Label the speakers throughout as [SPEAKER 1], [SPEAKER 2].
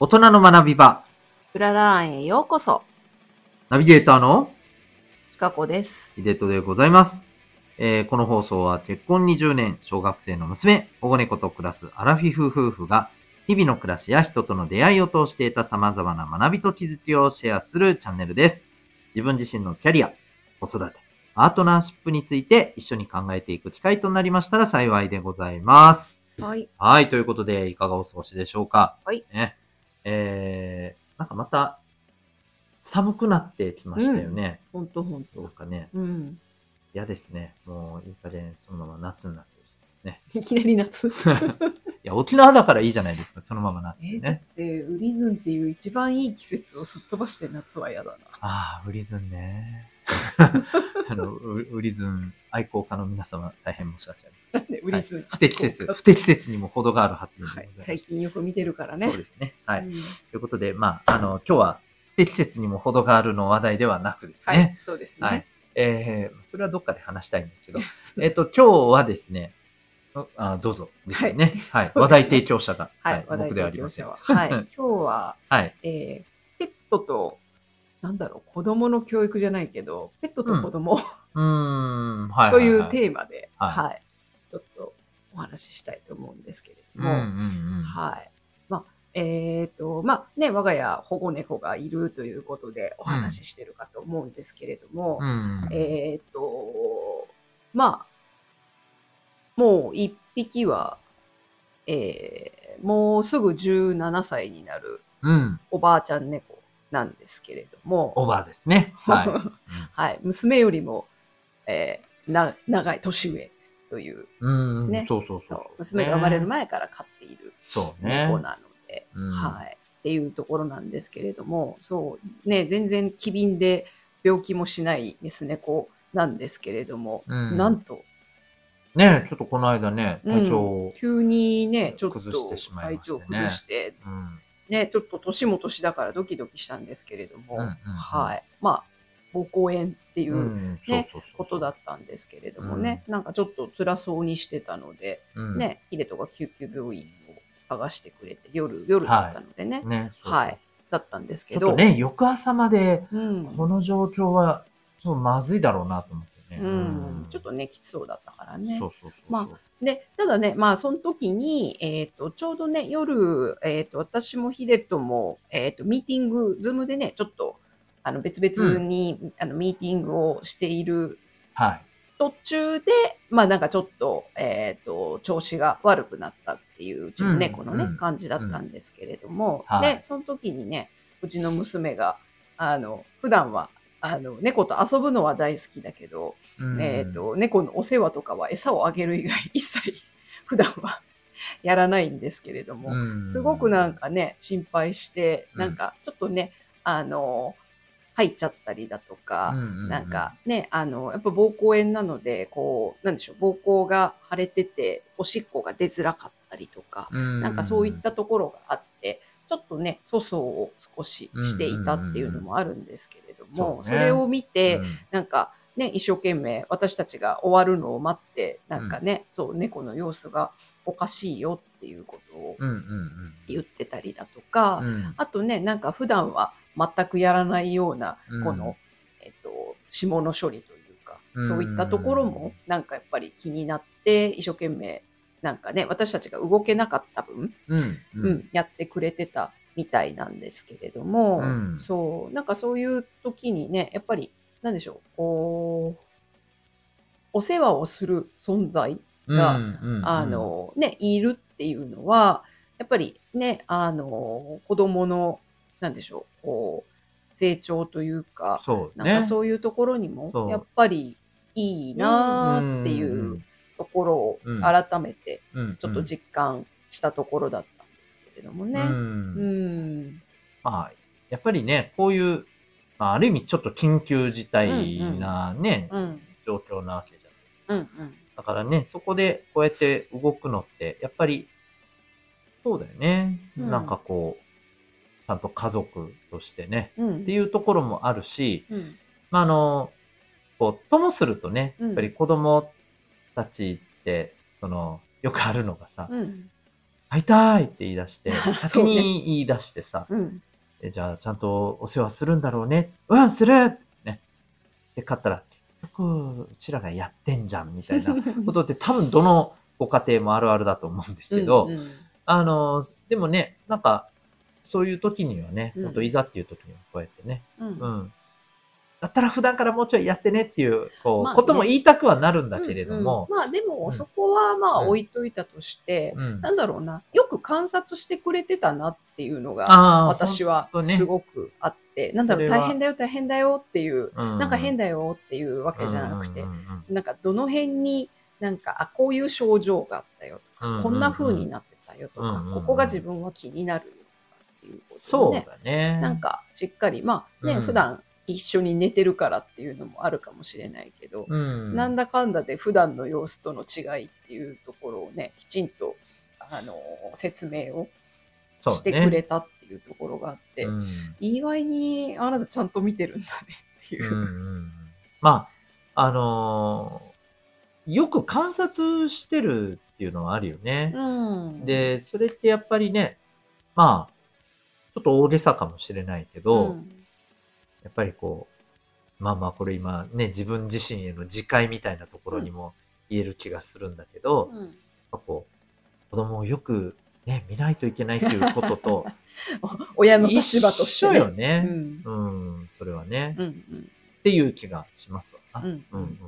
[SPEAKER 1] 大人の学び場、
[SPEAKER 2] フララーンへようこそ、
[SPEAKER 1] ナビゲーターの
[SPEAKER 2] ちかこです。
[SPEAKER 1] ヒデトでございます。えーこの放送は結婚20年、小学生の娘、保護猫と暮らすアラフィフ夫婦が、日々の暮らしや人との出会いを通して得た様々な学びと気づきをシェアするチャンネルです。自分自身のキャリア、子育て、パートナーシップについて一緒に考えていく機会となりましたら幸いでございます。
[SPEAKER 2] はい。
[SPEAKER 1] はい、ということで、いかがお過ごしでしょうか。
[SPEAKER 2] はい。
[SPEAKER 1] ね、えー、なんかまた、寒くなってきましたよね。
[SPEAKER 2] ほんとほん
[SPEAKER 1] なん
[SPEAKER 2] と。
[SPEAKER 1] かね、
[SPEAKER 2] うん。
[SPEAKER 1] 嫌ですね。もう、いい加減、そのまま夏になってる
[SPEAKER 2] いきなり夏。
[SPEAKER 1] いや、沖縄だからいいじゃないですか、そのまま夏
[SPEAKER 2] え、だっ
[SPEAKER 1] ね。
[SPEAKER 2] て、ウリズンっていう一番いい季節をすっ飛ばして夏は嫌だな。
[SPEAKER 1] ああ、ウリズン ね。あの、ウウリズン愛好家の皆様、大変申し訳ありません。
[SPEAKER 2] なんでウリズン、
[SPEAKER 1] 不適切、不適切にも程がある発言でござ
[SPEAKER 2] は
[SPEAKER 1] い
[SPEAKER 2] い。
[SPEAKER 1] ます。
[SPEAKER 2] 最近よく見てるからね。
[SPEAKER 1] そうですね。はい。
[SPEAKER 2] うん
[SPEAKER 1] ということで、まあ、あの、今日は、不適切にも程があるの話題ではなくです
[SPEAKER 2] はい、
[SPEAKER 1] ね。
[SPEAKER 2] そうですね。
[SPEAKER 1] はい。えー、それはどっかで話したいんですけど、
[SPEAKER 2] そう
[SPEAKER 1] えっと、今日はですね、うあどうぞですよね。
[SPEAKER 2] は
[SPEAKER 1] はいい。
[SPEAKER 2] そうですね
[SPEAKER 1] 話題提供者が、
[SPEAKER 2] はい。話題
[SPEAKER 1] 僕ではありま
[SPEAKER 2] ま
[SPEAKER 1] せん。は
[SPEAKER 2] は。はい。
[SPEAKER 1] う
[SPEAKER 2] 今
[SPEAKER 1] ん
[SPEAKER 2] 日は、
[SPEAKER 1] い。
[SPEAKER 2] えー、ペットと、なんだろう、子供の教育じゃないけど、ペットと子供、
[SPEAKER 1] うーん、はい。
[SPEAKER 2] という
[SPEAKER 1] ー
[SPEAKER 2] テーマで、は
[SPEAKER 1] はいい
[SPEAKER 2] ちょっとお話ししたいと思うんですけれ
[SPEAKER 1] う
[SPEAKER 2] ども、
[SPEAKER 1] んうんうん。
[SPEAKER 2] はい。まあ、えっ、と、まあね、我が家保護猫がいるということでお話ししてるかと思うんですけれども、
[SPEAKER 1] うん。
[SPEAKER 2] えっ、と、まあ、もう一匹は、えーもうすぐ17歳になる
[SPEAKER 1] うん。
[SPEAKER 2] おばあちゃん猫なんですけれども、。
[SPEAKER 1] オーバーですね。はい
[SPEAKER 2] はい、娘よりも、えーな長い年上という
[SPEAKER 1] うん。うん
[SPEAKER 2] ね
[SPEAKER 1] そうそうそう。
[SPEAKER 2] そう娘が生まれる
[SPEAKER 1] ね。
[SPEAKER 2] 前から飼っている
[SPEAKER 1] そうね。
[SPEAKER 2] 猫なので、
[SPEAKER 1] うん
[SPEAKER 2] はい、っていうところなんですけれどもそう、ね、全然機敏で病気もしないメス猫なんですけれども、
[SPEAKER 1] うん
[SPEAKER 2] なんと
[SPEAKER 1] ねちょっとこの間ね、
[SPEAKER 2] うん
[SPEAKER 1] 体調を。
[SPEAKER 2] 急にねちょっと
[SPEAKER 1] 崩してしまいまし
[SPEAKER 2] 体
[SPEAKER 1] て
[SPEAKER 2] 調
[SPEAKER 1] ね
[SPEAKER 2] を崩して、
[SPEAKER 1] うん。
[SPEAKER 2] ねちょっと年も年だからドキドキしたんですけれども、
[SPEAKER 1] うんうんうん。
[SPEAKER 2] はい、まあ膀胱炎っていううん
[SPEAKER 1] そう
[SPEAKER 2] ね
[SPEAKER 1] そうそう。
[SPEAKER 2] ことだったんですけれどもね、なんかちょっと辛そうにしてたので、
[SPEAKER 1] うん。
[SPEAKER 2] ね、ヒデトが救急病院を探してくれて、夜、夜だったのでね、
[SPEAKER 1] ね。そうそう
[SPEAKER 2] はい、。だったんです
[SPEAKER 1] ち
[SPEAKER 2] け
[SPEAKER 1] ょっ
[SPEAKER 2] ど、
[SPEAKER 1] とね、翌朝まで、
[SPEAKER 2] うん、
[SPEAKER 1] この状況は、そう、まずいだろうなと思ってね。
[SPEAKER 2] うん、ちょっとね、きつそうだったからね
[SPEAKER 1] そ。うそうそうそう。
[SPEAKER 2] まあで、ただね、まあ、その時に、えっ、と、ちょうどね、夜、えっ、と、私もヒデトも、えっ、と、ミーティング、ズームでね、ちょっと、あの、別々に、あの、ミーティングをしている
[SPEAKER 1] はい。
[SPEAKER 2] 途中で、まあなんかちょっと、えっ、と、調子が悪くなったっていう、うちの猫のね、
[SPEAKER 1] うん
[SPEAKER 2] 感じだったんですけれども、
[SPEAKER 1] うんはい
[SPEAKER 2] で、その時にね、うちの娘が、あの、普段は、あの、猫と遊ぶのは大好きだけど、
[SPEAKER 1] うん
[SPEAKER 2] えっ、、と、猫のお世話とかは餌をあげる以外、一切普段はやらないんですけれども、すごくなん
[SPEAKER 1] か、
[SPEAKER 2] かね、心配して、
[SPEAKER 1] うん
[SPEAKER 2] なんかちょっとね、あの、入っちゃったりだとか、なんかね、あの、やっぱ膀胱炎なので、こう、なんでしょう、膀胱が腫れてて、おしっこが出づらかったりとか、
[SPEAKER 1] う、
[SPEAKER 2] な
[SPEAKER 1] なん
[SPEAKER 2] かそういっ、たところがあって、ちょっとね、粗相を少ししていたっていうのもあるんですけれども、
[SPEAKER 1] うんうんうんうん
[SPEAKER 2] そ
[SPEAKER 1] そうね
[SPEAKER 2] れを見て、
[SPEAKER 1] うん
[SPEAKER 2] なんかね、一生懸命私たちが終わるのを待って、なんかね、そう、猫の様子がおかしいよっていうことを
[SPEAKER 1] うんうん
[SPEAKER 2] 言ってたりだとか、
[SPEAKER 1] うん。うん
[SPEAKER 2] あとね、なんか普段は全くやらないような
[SPEAKER 1] う、ん
[SPEAKER 2] この、えっと、下の処理というか、
[SPEAKER 1] うん
[SPEAKER 2] そういったところも、なんかやっぱり気になって、一生懸命、なんかね、私たちが動けなかった分、
[SPEAKER 1] うん
[SPEAKER 2] う、
[SPEAKER 1] うんん。
[SPEAKER 2] やってくれてたみたいなんですけれども、
[SPEAKER 1] うん
[SPEAKER 2] そう、なんかそういう時にね、やっぱり、なんでしょう、こう、お世話をする存在が
[SPEAKER 1] うんうんうん
[SPEAKER 2] あ、の、ね、いるっていうのは、やっぱりね、あの、子供の、なんでしょう、こう、成長というか、
[SPEAKER 1] そう
[SPEAKER 2] なん
[SPEAKER 1] ね。
[SPEAKER 2] かそういうところにも
[SPEAKER 1] そ、う
[SPEAKER 2] やっぱりいいなーっていうところを
[SPEAKER 1] うん
[SPEAKER 2] 改めて
[SPEAKER 1] うんうん、
[SPEAKER 2] ちょっと実感したところだったんですけれどもね。
[SPEAKER 1] う。
[SPEAKER 2] うんん。
[SPEAKER 1] まあ、やっぱりね、こういう、まあある意味ちょっと緊急事態なね、
[SPEAKER 2] うん。
[SPEAKER 1] 状況なわけじゃない
[SPEAKER 2] うん。うん。
[SPEAKER 1] だからね、そこでこうやって動くのって、やっぱり、そうだよね。
[SPEAKER 2] うん
[SPEAKER 1] なんかこう、ちゃんと家族としてね、
[SPEAKER 2] うん。
[SPEAKER 1] っていうところもあるし、
[SPEAKER 2] うん。
[SPEAKER 1] まあ、あの、こう、ともするとね、
[SPEAKER 2] うん
[SPEAKER 1] やっぱり子供たちって、その、よくあるのがさ、
[SPEAKER 2] うん。
[SPEAKER 1] 会いたいって言い出して、
[SPEAKER 2] そうね
[SPEAKER 1] 先に言い出してさ、
[SPEAKER 2] うん。
[SPEAKER 1] えじゃあちゃんとお世話するんだろうね。うん、するね。で、買ったら、結局、うちらがやってんじゃん、みたいなことって多分どのご家庭もあるあるだと思うんですけど、
[SPEAKER 2] うんうん
[SPEAKER 1] あの、でもね、なんか、そういう時にはね、
[SPEAKER 2] うん
[SPEAKER 1] 本当いざっていう時にはこうやってね、
[SPEAKER 2] うん
[SPEAKER 1] うん。だったら普段からもうちょいやってねっていう、こう、
[SPEAKER 2] まあね
[SPEAKER 1] ことも言いたくはなるんだけれども、
[SPEAKER 2] うんうんまあで
[SPEAKER 1] う
[SPEAKER 2] も
[SPEAKER 1] ん
[SPEAKER 2] そこはまあ
[SPEAKER 1] うん
[SPEAKER 2] 置いといたとして、
[SPEAKER 1] うん
[SPEAKER 2] なんだろうなよく観察してくれてたなっていうのが
[SPEAKER 1] ああ、
[SPEAKER 2] 私は
[SPEAKER 1] ほんとね
[SPEAKER 2] すごくあって、なんだろう
[SPEAKER 1] それは
[SPEAKER 2] 大変だよ大変だよっていう、
[SPEAKER 1] な
[SPEAKER 2] なんか変
[SPEAKER 1] だ
[SPEAKER 2] だよっていうわけじゃなくて、
[SPEAKER 1] うんうん
[SPEAKER 2] なんかどの辺になんかあこういう症状があったよとか、
[SPEAKER 1] うんうんうん
[SPEAKER 2] こんな風になってたよとか、
[SPEAKER 1] うんうんうん
[SPEAKER 2] ここが自分は気になるよとかっていうこと
[SPEAKER 1] そ
[SPEAKER 2] を
[SPEAKER 1] う
[SPEAKER 2] ね
[SPEAKER 1] だね。
[SPEAKER 2] なんかしっかりまあね、
[SPEAKER 1] うん
[SPEAKER 2] 普段一緒に寝てるからっていうのもあるかもしれないけど、
[SPEAKER 1] うん、
[SPEAKER 2] なんだかんだで普段の様子との違いっていうところをね、きちんと、あのー説明を
[SPEAKER 1] そうね
[SPEAKER 2] してくれたっていうところがあって、
[SPEAKER 1] うん
[SPEAKER 2] 意外にあなたちゃんと見てるんだねっていうう。
[SPEAKER 1] んうんうんまあ、あのーよく観察してるっていうのはあるよね。
[SPEAKER 2] うん、
[SPEAKER 1] で、それってやっぱりね、まあ、ちょっと大げさかもしれないけ
[SPEAKER 2] う
[SPEAKER 1] ど、
[SPEAKER 2] ん
[SPEAKER 1] やっぱりこう、まあまあこれ今ね、自分自身への自戒みたいなところにも言える気がするんだけど、やっ
[SPEAKER 2] うん
[SPEAKER 1] ぱこう、子供をよくね、見ないといけないということ と、
[SPEAKER 2] お親の立場とし
[SPEAKER 1] 一
[SPEAKER 2] て、
[SPEAKER 1] 緒
[SPEAKER 2] ね。
[SPEAKER 1] よ
[SPEAKER 2] う
[SPEAKER 1] ね。
[SPEAKER 2] ん
[SPEAKER 1] うん、それはね、
[SPEAKER 2] う
[SPEAKER 1] っ
[SPEAKER 2] ん
[SPEAKER 1] ていう気がしますわな。
[SPEAKER 2] うんうん
[SPEAKER 1] うん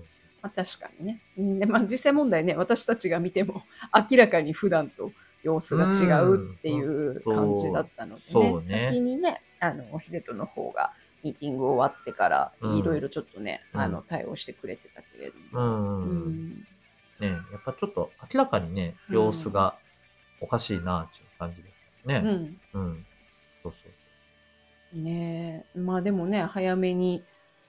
[SPEAKER 2] まあ、確かにね。うんでまあ、実際問題ね、私たちが見ても明らかに普段と様子が違うっていう感じだったので
[SPEAKER 1] うん
[SPEAKER 2] ね、
[SPEAKER 1] そうそうね
[SPEAKER 2] 先にね、あの、ヒデトの方がミーティング終わってから、
[SPEAKER 1] うん
[SPEAKER 2] いろいろちょっとね、
[SPEAKER 1] うん
[SPEAKER 2] あの、対応してくれてたけれど
[SPEAKER 1] う
[SPEAKER 2] も。
[SPEAKER 1] ん、
[SPEAKER 2] う
[SPEAKER 1] うんうん、
[SPEAKER 2] ん
[SPEAKER 1] ね、やっぱちょっと明らかにね、
[SPEAKER 2] うん
[SPEAKER 1] 様子がおかしいなっていう感じです
[SPEAKER 2] う
[SPEAKER 1] ね。
[SPEAKER 2] ん
[SPEAKER 1] うん、そうそう。
[SPEAKER 2] ねえまあでもね、早めに、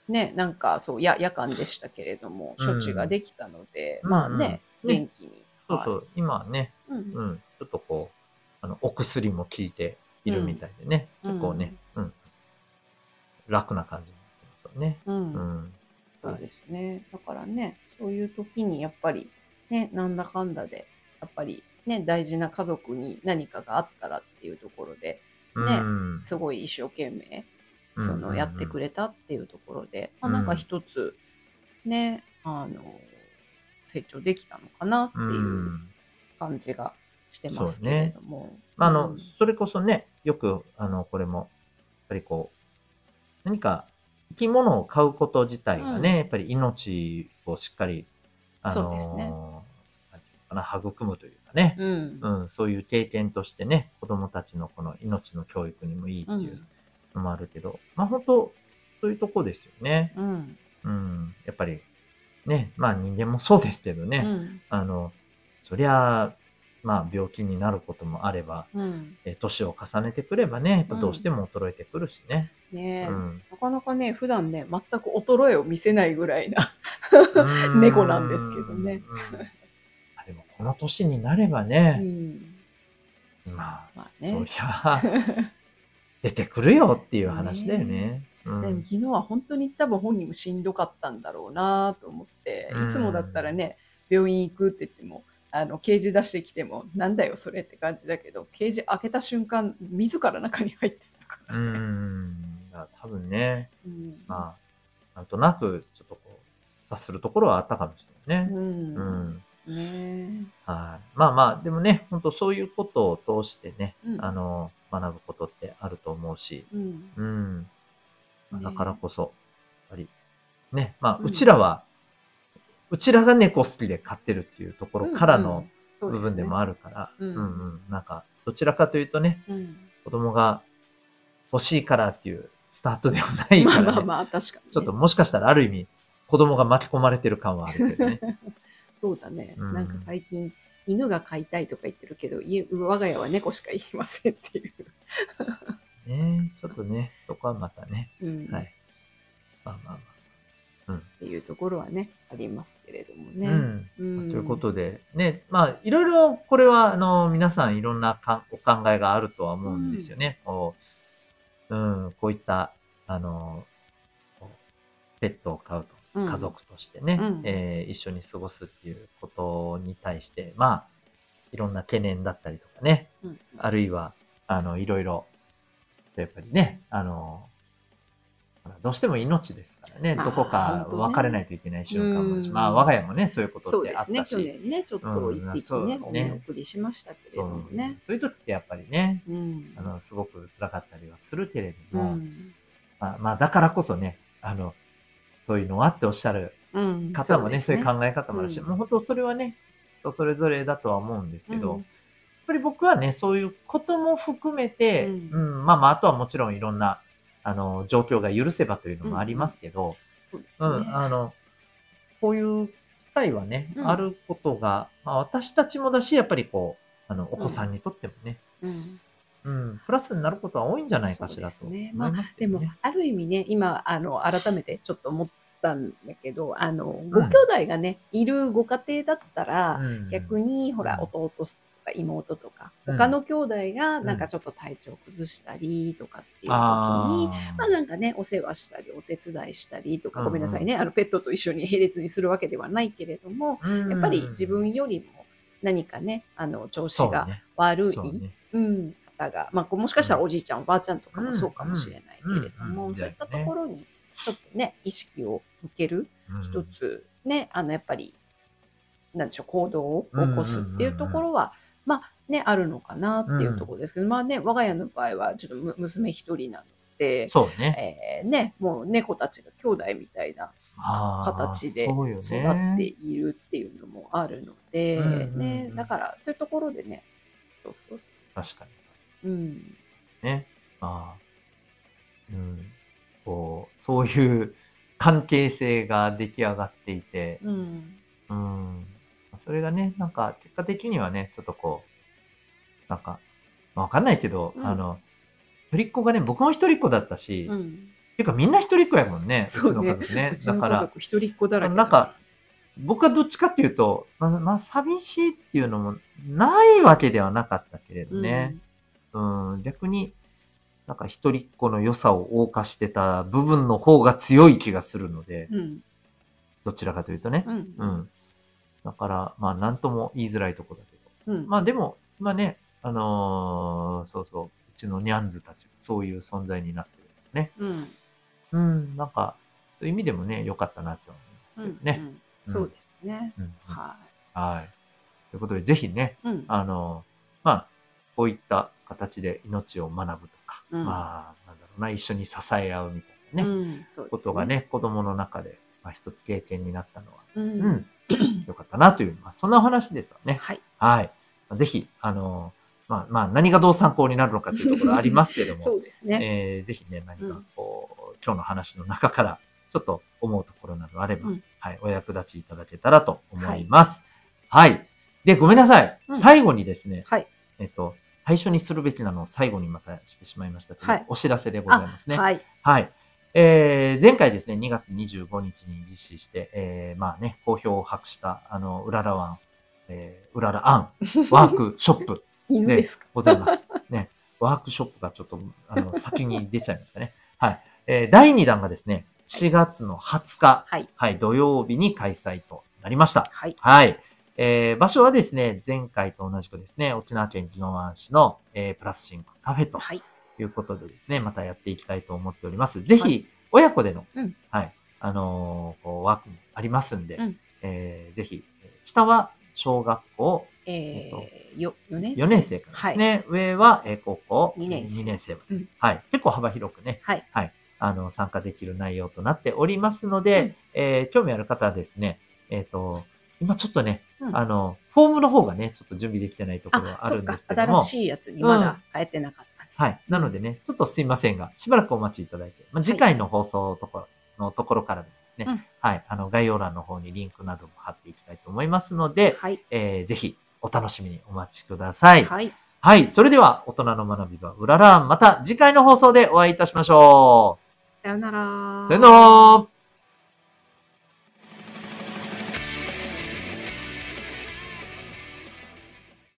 [SPEAKER 2] ね、なんかそう、や夜間でしたけれども、
[SPEAKER 1] うん
[SPEAKER 2] 処置ができたので、
[SPEAKER 1] うん
[SPEAKER 2] まあね、
[SPEAKER 1] うんね
[SPEAKER 2] 元気に。
[SPEAKER 1] そうそう、
[SPEAKER 2] はい
[SPEAKER 1] 今はね、
[SPEAKER 2] うん
[SPEAKER 1] うん、ちょっとこう、あの、お薬も効いているみたいでね、
[SPEAKER 2] うん
[SPEAKER 1] 結構ね、うん、楽な感じになってますよね。
[SPEAKER 2] うん
[SPEAKER 1] うん。
[SPEAKER 2] そうですね。だからね、そういう時にやっぱり、ね、なんだかんだで、やっぱり、ね、大事な家族に何かがあったらっていうところで、ね
[SPEAKER 1] うん
[SPEAKER 2] すごい一生懸命、その、やってく
[SPEAKER 1] れ。
[SPEAKER 2] れたっていうところで、まあ、
[SPEAKER 1] うん
[SPEAKER 2] なんか一つ、ね、あの、成長できたのかなって
[SPEAKER 1] う。
[SPEAKER 2] いうん感じがしてますけれども。
[SPEAKER 1] あ
[SPEAKER 2] う
[SPEAKER 1] の
[SPEAKER 2] ん、
[SPEAKER 1] それこそね、よく、あの、これも、やっぱりこう、何か生き物を飼うこと自体がね、やっぱり命をしっかり、あの
[SPEAKER 2] そうですね
[SPEAKER 1] なんていうのかな、育むというかね、
[SPEAKER 2] うん。
[SPEAKER 1] うん、そういう経験としてね、子供たちのこの命の教育にもいいっていうのもあるけど、まあ本当、そういうとこですよね。
[SPEAKER 2] うん。
[SPEAKER 1] うん、やっぱり、ね、まあ人間もそうですけどね、
[SPEAKER 2] うん。
[SPEAKER 1] あの、そりゃ、まあ病気になることもあれば、
[SPEAKER 2] うん。
[SPEAKER 1] えー年を重ねてくればね、やっぱどうしても衰えてくるしね。
[SPEAKER 2] ねえ、
[SPEAKER 1] うん
[SPEAKER 2] なかなかね、普段ね、全く衰えを見せないぐら いな。
[SPEAKER 1] うん
[SPEAKER 2] 猫なんですけどね。
[SPEAKER 1] うんあでもこの年になれば
[SPEAKER 2] う
[SPEAKER 1] ね、
[SPEAKER 2] ん。
[SPEAKER 1] まあ、
[SPEAKER 2] まあね
[SPEAKER 1] そり ゃ、出てくるよっていう話だよね。うん
[SPEAKER 2] でも昨日は本当に多分本人もしんどかったんだろうなと思って、
[SPEAKER 1] うん
[SPEAKER 2] いつもだったらね、病院行くって言っても、あの、ケージ出してきても、なんだよそれって感じだけど、ケージ開けた瞬間、自ら中に入ってたか
[SPEAKER 1] う
[SPEAKER 2] ら。
[SPEAKER 1] ん。だから多分ね、
[SPEAKER 2] うん。
[SPEAKER 1] まあ、なんとなく、ちょっとこう、察するところはあったかもしれないうね。
[SPEAKER 2] ん。
[SPEAKER 1] うん。
[SPEAKER 2] ね
[SPEAKER 1] はい。まあまあ、でもね、本当そういうことを通してね、
[SPEAKER 2] うん
[SPEAKER 1] あの、学ぶことってあると思うし、
[SPEAKER 2] え。うん。
[SPEAKER 1] うん。まあ
[SPEAKER 2] ね
[SPEAKER 1] だからこそ、やっぱり、ね、まあ、
[SPEAKER 2] うん
[SPEAKER 1] うちらは、うちらが猫好きで飼ってるっていうところからの
[SPEAKER 2] うんうん
[SPEAKER 1] 部分でもあるから、
[SPEAKER 2] そうです
[SPEAKER 1] う
[SPEAKER 2] ね
[SPEAKER 1] んうん。なんか、どちらかというとね、
[SPEAKER 2] そうですね
[SPEAKER 1] 子供が欲しいからっていうスタートではな
[SPEAKER 2] う
[SPEAKER 1] い
[SPEAKER 2] ん。
[SPEAKER 1] か
[SPEAKER 2] ま
[SPEAKER 1] ら、
[SPEAKER 2] あ
[SPEAKER 1] ね、
[SPEAKER 2] まあまあ、確かに、ね。
[SPEAKER 1] ちょっともしかしたらある意味、子供が巻き込まれてる感はあるけどね。
[SPEAKER 2] そうだね、
[SPEAKER 1] うん
[SPEAKER 2] なんか最近、犬が飼いたいとか言ってるけど、家我が家は猫しかいませんっていう。
[SPEAKER 1] ねちょっとね、そこはまたね、
[SPEAKER 2] うん
[SPEAKER 1] はい。まあまあ
[SPEAKER 2] っていうところはね、ありますけれども
[SPEAKER 1] ま
[SPEAKER 2] ね。
[SPEAKER 1] あ。うん。
[SPEAKER 2] う
[SPEAKER 1] と
[SPEAKER 2] ん
[SPEAKER 1] いうことで、ね、まあ、いろいろ、これは、あの、皆さんいろんなかんお考えがあるとは思うんですよね。こう、うん、こういった、あの、こうペットを飼うと、
[SPEAKER 2] うん
[SPEAKER 1] 家族としてね、
[SPEAKER 2] うん
[SPEAKER 1] えー一緒に過ごすっていうことに対して、まあ、いろんな懸念だったりとかね、
[SPEAKER 2] うん
[SPEAKER 1] あるいは、あの、いろいろ、やっぱりね、あの、どうしても命ですからね、
[SPEAKER 2] まあ
[SPEAKER 1] どこか
[SPEAKER 2] 本当ね
[SPEAKER 1] 別れないといけない瞬間もあるし、
[SPEAKER 2] うん
[SPEAKER 1] まあ、我が家もね、そういうこと
[SPEAKER 2] そう
[SPEAKER 1] って
[SPEAKER 2] で
[SPEAKER 1] あっ
[SPEAKER 2] すね
[SPEAKER 1] たし、
[SPEAKER 2] 去年ねちょっと一匹ね,、
[SPEAKER 1] うんそう
[SPEAKER 2] お
[SPEAKER 1] ね
[SPEAKER 2] 見送りしましたけれ
[SPEAKER 1] そ
[SPEAKER 2] ど
[SPEAKER 1] う
[SPEAKER 2] もね。
[SPEAKER 1] そういう時ってやっぱりね、
[SPEAKER 2] うん
[SPEAKER 1] あの、すごく辛かったりはするけれ
[SPEAKER 2] う
[SPEAKER 1] ども、
[SPEAKER 2] ん
[SPEAKER 1] まあ、まあ、だからこそね、あの、そういうのはっておっしゃる
[SPEAKER 2] うん
[SPEAKER 1] 方もね、そういう
[SPEAKER 2] で
[SPEAKER 1] 考え方もあるし、
[SPEAKER 2] うん
[SPEAKER 1] もう本当それはね、人それぞれだとは思うんです
[SPEAKER 2] す
[SPEAKER 1] け
[SPEAKER 2] ね
[SPEAKER 1] ど、やっぱり僕はね、そういうことも含めて、う
[SPEAKER 2] うんん、
[SPEAKER 1] まあまあ、あとはもちろんいろんな、あの、状況が許せばというのもありますけど、
[SPEAKER 2] うんそうです
[SPEAKER 1] う
[SPEAKER 2] ね
[SPEAKER 1] ん、あの、こういう機会はね、
[SPEAKER 2] うん
[SPEAKER 1] あることが、まあ私たちもだし、やっぱりこう、あの、お子さんにとってもね、
[SPEAKER 2] うん
[SPEAKER 1] うん、プラスになることは多いんじゃないかしらと
[SPEAKER 2] そう
[SPEAKER 1] 思
[SPEAKER 2] ですね
[SPEAKER 1] いますけ
[SPEAKER 2] で
[SPEAKER 1] ど
[SPEAKER 2] も
[SPEAKER 1] ね。
[SPEAKER 2] ある意味ね今あの改めてちょっと思ったんだけどあのご
[SPEAKER 1] うん
[SPEAKER 2] 兄弟がね、いるご家庭だったら、
[SPEAKER 1] うん
[SPEAKER 2] 逆にほら
[SPEAKER 1] うん
[SPEAKER 2] 弟とか妹とか
[SPEAKER 1] うん
[SPEAKER 2] 他の兄弟がなん
[SPEAKER 1] う
[SPEAKER 2] か
[SPEAKER 1] ん
[SPEAKER 2] ちょっと体調崩したりとかっていう時に、
[SPEAKER 1] あー
[SPEAKER 2] まあなんかね、お世話したり、お手伝いしたりと
[SPEAKER 1] う
[SPEAKER 2] か、
[SPEAKER 1] んうん
[SPEAKER 2] ごめんなさいね、あのペットと一緒に並列にするわけではないけれども、やっぱり自分よりも何かね、あの、調子が悪い、
[SPEAKER 1] そうねそうね
[SPEAKER 2] うん、方が、まあもしかしたらおじいちゃん、おばあちゃんとかもそうかもしれないけ
[SPEAKER 1] うん
[SPEAKER 2] れど
[SPEAKER 1] うんうんう
[SPEAKER 2] も、
[SPEAKER 1] ん
[SPEAKER 2] そういったところにちょっとね、意識を向ける
[SPEAKER 1] うん
[SPEAKER 2] 一つね、あの、やっぱり、なんでしょう、行動を起こすっていうところは、まあね、あるのかなっていうところですけど、まあね、我が家の場合はちょっとむ娘一人なので、
[SPEAKER 1] そうね。
[SPEAKER 2] えーね、もう猫たちが兄弟みたいな
[SPEAKER 1] あー
[SPEAKER 2] 形で
[SPEAKER 1] そうよ
[SPEAKER 2] 育
[SPEAKER 1] ね
[SPEAKER 2] っているっていうのもあるので、
[SPEAKER 1] うんうんうん
[SPEAKER 2] ね、だからそういうところでね、そうそうそ
[SPEAKER 1] 確か
[SPEAKER 2] う。うん。
[SPEAKER 1] に。ね。まあ、うん。こう、そういう関係性が出来上がっていて、
[SPEAKER 2] うん。
[SPEAKER 1] うん。それがね、なんか、結果的にはね、ちょっとこう、なんか、まあわかんないけど、
[SPEAKER 2] うん
[SPEAKER 1] あの、一人っ子がね、僕も一人っ子だったし、
[SPEAKER 2] う
[SPEAKER 1] っ
[SPEAKER 2] ん。
[SPEAKER 1] ていうかみんな一人っ子やもんね、う
[SPEAKER 2] そう
[SPEAKER 1] ちの
[SPEAKER 2] ね
[SPEAKER 1] 家族ね
[SPEAKER 2] う。ち
[SPEAKER 1] だ
[SPEAKER 2] の
[SPEAKER 1] か
[SPEAKER 2] 家
[SPEAKER 1] ら、
[SPEAKER 2] 族一人っ子だらけ。
[SPEAKER 1] なんか、僕はどっちかっていうと、まあ、まあ、寂しいっていうのもないわけではなかったけれどね。うん、逆に、なんか一人っ子の良さを謳歌してた部分の方が強い気がするので、
[SPEAKER 2] うん。
[SPEAKER 1] どちらかというとね
[SPEAKER 2] う。ん。
[SPEAKER 1] う。ん。だから、まあ、なんとも言いづらいとこだけど。
[SPEAKER 2] うん。
[SPEAKER 1] まあ、でも、今ね、あのーそうそう、うちのニャンズたち、そういう存在になってるね。
[SPEAKER 2] うん。
[SPEAKER 1] うん、なんか、そういう意味でもね、良かったなって思
[SPEAKER 2] う
[SPEAKER 1] う。
[SPEAKER 2] ん。
[SPEAKER 1] ね。
[SPEAKER 2] うん。そうですね。
[SPEAKER 1] うん。うん
[SPEAKER 2] は
[SPEAKER 1] はい。ということで、ぜひね、
[SPEAKER 2] い。うん。
[SPEAKER 1] あの、まあ、こういった形で命を学ぶとか、
[SPEAKER 2] うん
[SPEAKER 1] まあ、なんだろうな、一緒に支え合うみたいな
[SPEAKER 2] う
[SPEAKER 1] ね、
[SPEAKER 2] ん。そうですね
[SPEAKER 1] ことが。ね、子供の中で、まあ、一つ経験になったのは、
[SPEAKER 2] う。
[SPEAKER 1] うんん、よかったなという、まあ、そんなお話ですよね。
[SPEAKER 2] はい。
[SPEAKER 1] はい。ぜひ、あの、まあ、まあ、何がどう参考になるのかというところありますけれども、
[SPEAKER 2] そうですね。
[SPEAKER 1] えーぜひね、何かこう、今日の話の中から、ちょっと思うところなどあれば、
[SPEAKER 2] うん
[SPEAKER 1] はい、お役立ちいただけたらと思います。はい。で、ごめんなさい。
[SPEAKER 2] うん
[SPEAKER 1] 最後にですね、
[SPEAKER 2] はい。
[SPEAKER 1] えっと、最初にするべきなのを最後にまたしてしまいましたけど、
[SPEAKER 2] はい
[SPEAKER 1] お知らせでございますね。はい。
[SPEAKER 2] はい。
[SPEAKER 1] えー前回ですね、2月25日に実施して、えーまあね、好評を博した、あの、うららわん、えー、うららあん、ワークショップ
[SPEAKER 2] 犬
[SPEAKER 1] ね
[SPEAKER 2] ですか。
[SPEAKER 1] ございます。 ね。ワークショップがちょっと、あの、先に出ちゃいましたね。はい。えー第2弾がですね、4月の20日、
[SPEAKER 2] はい。
[SPEAKER 1] はい、土曜日に開催となりました。
[SPEAKER 2] はい。
[SPEAKER 1] はい。えー場所はですね、前回と同じくですね、沖縄県宜野湾市の、えープラスシンクカフェと
[SPEAKER 2] はい。
[SPEAKER 1] ということでですね、またやっていきたいと思っております。ぜ
[SPEAKER 2] は
[SPEAKER 1] ひ、親子での、
[SPEAKER 2] うん
[SPEAKER 1] はい、あのーこうワークもありますんで、
[SPEAKER 2] うん
[SPEAKER 1] えーぜひ、えー下は小学校
[SPEAKER 2] えー、よ、4年生。
[SPEAKER 1] 4年生からですね、上は、えー高校
[SPEAKER 2] 二年生
[SPEAKER 1] 二生まで、
[SPEAKER 2] うん
[SPEAKER 1] はい、結構幅広くね、
[SPEAKER 2] はい。
[SPEAKER 1] あの、参加できる内容となっておりますので、
[SPEAKER 2] うん
[SPEAKER 1] えー興味ある方はですね、えっ、と、今ちょっとね、
[SPEAKER 2] うん
[SPEAKER 1] あの、フォームの方がね、ちょっと準備できてないところはあるんですけども、
[SPEAKER 2] そっか新しいやつにまだ変えてなかったね。
[SPEAKER 1] はい。なのでね、ちょっとすいませんが、しばらくお待ちいただいて、まあ、次回の放送のところ、のところからですね、
[SPEAKER 2] うん
[SPEAKER 1] はい。あの、概要欄の方にリンクなども貼っていきたいと思いますので、
[SPEAKER 2] はい。
[SPEAKER 1] えー、ぜひお楽しみにお待ちください。はい。
[SPEAKER 2] はい。
[SPEAKER 1] それでは、大人の学びはうららん、また次回の放送でお会いいたしましょ
[SPEAKER 2] さよなら
[SPEAKER 1] う。さよなら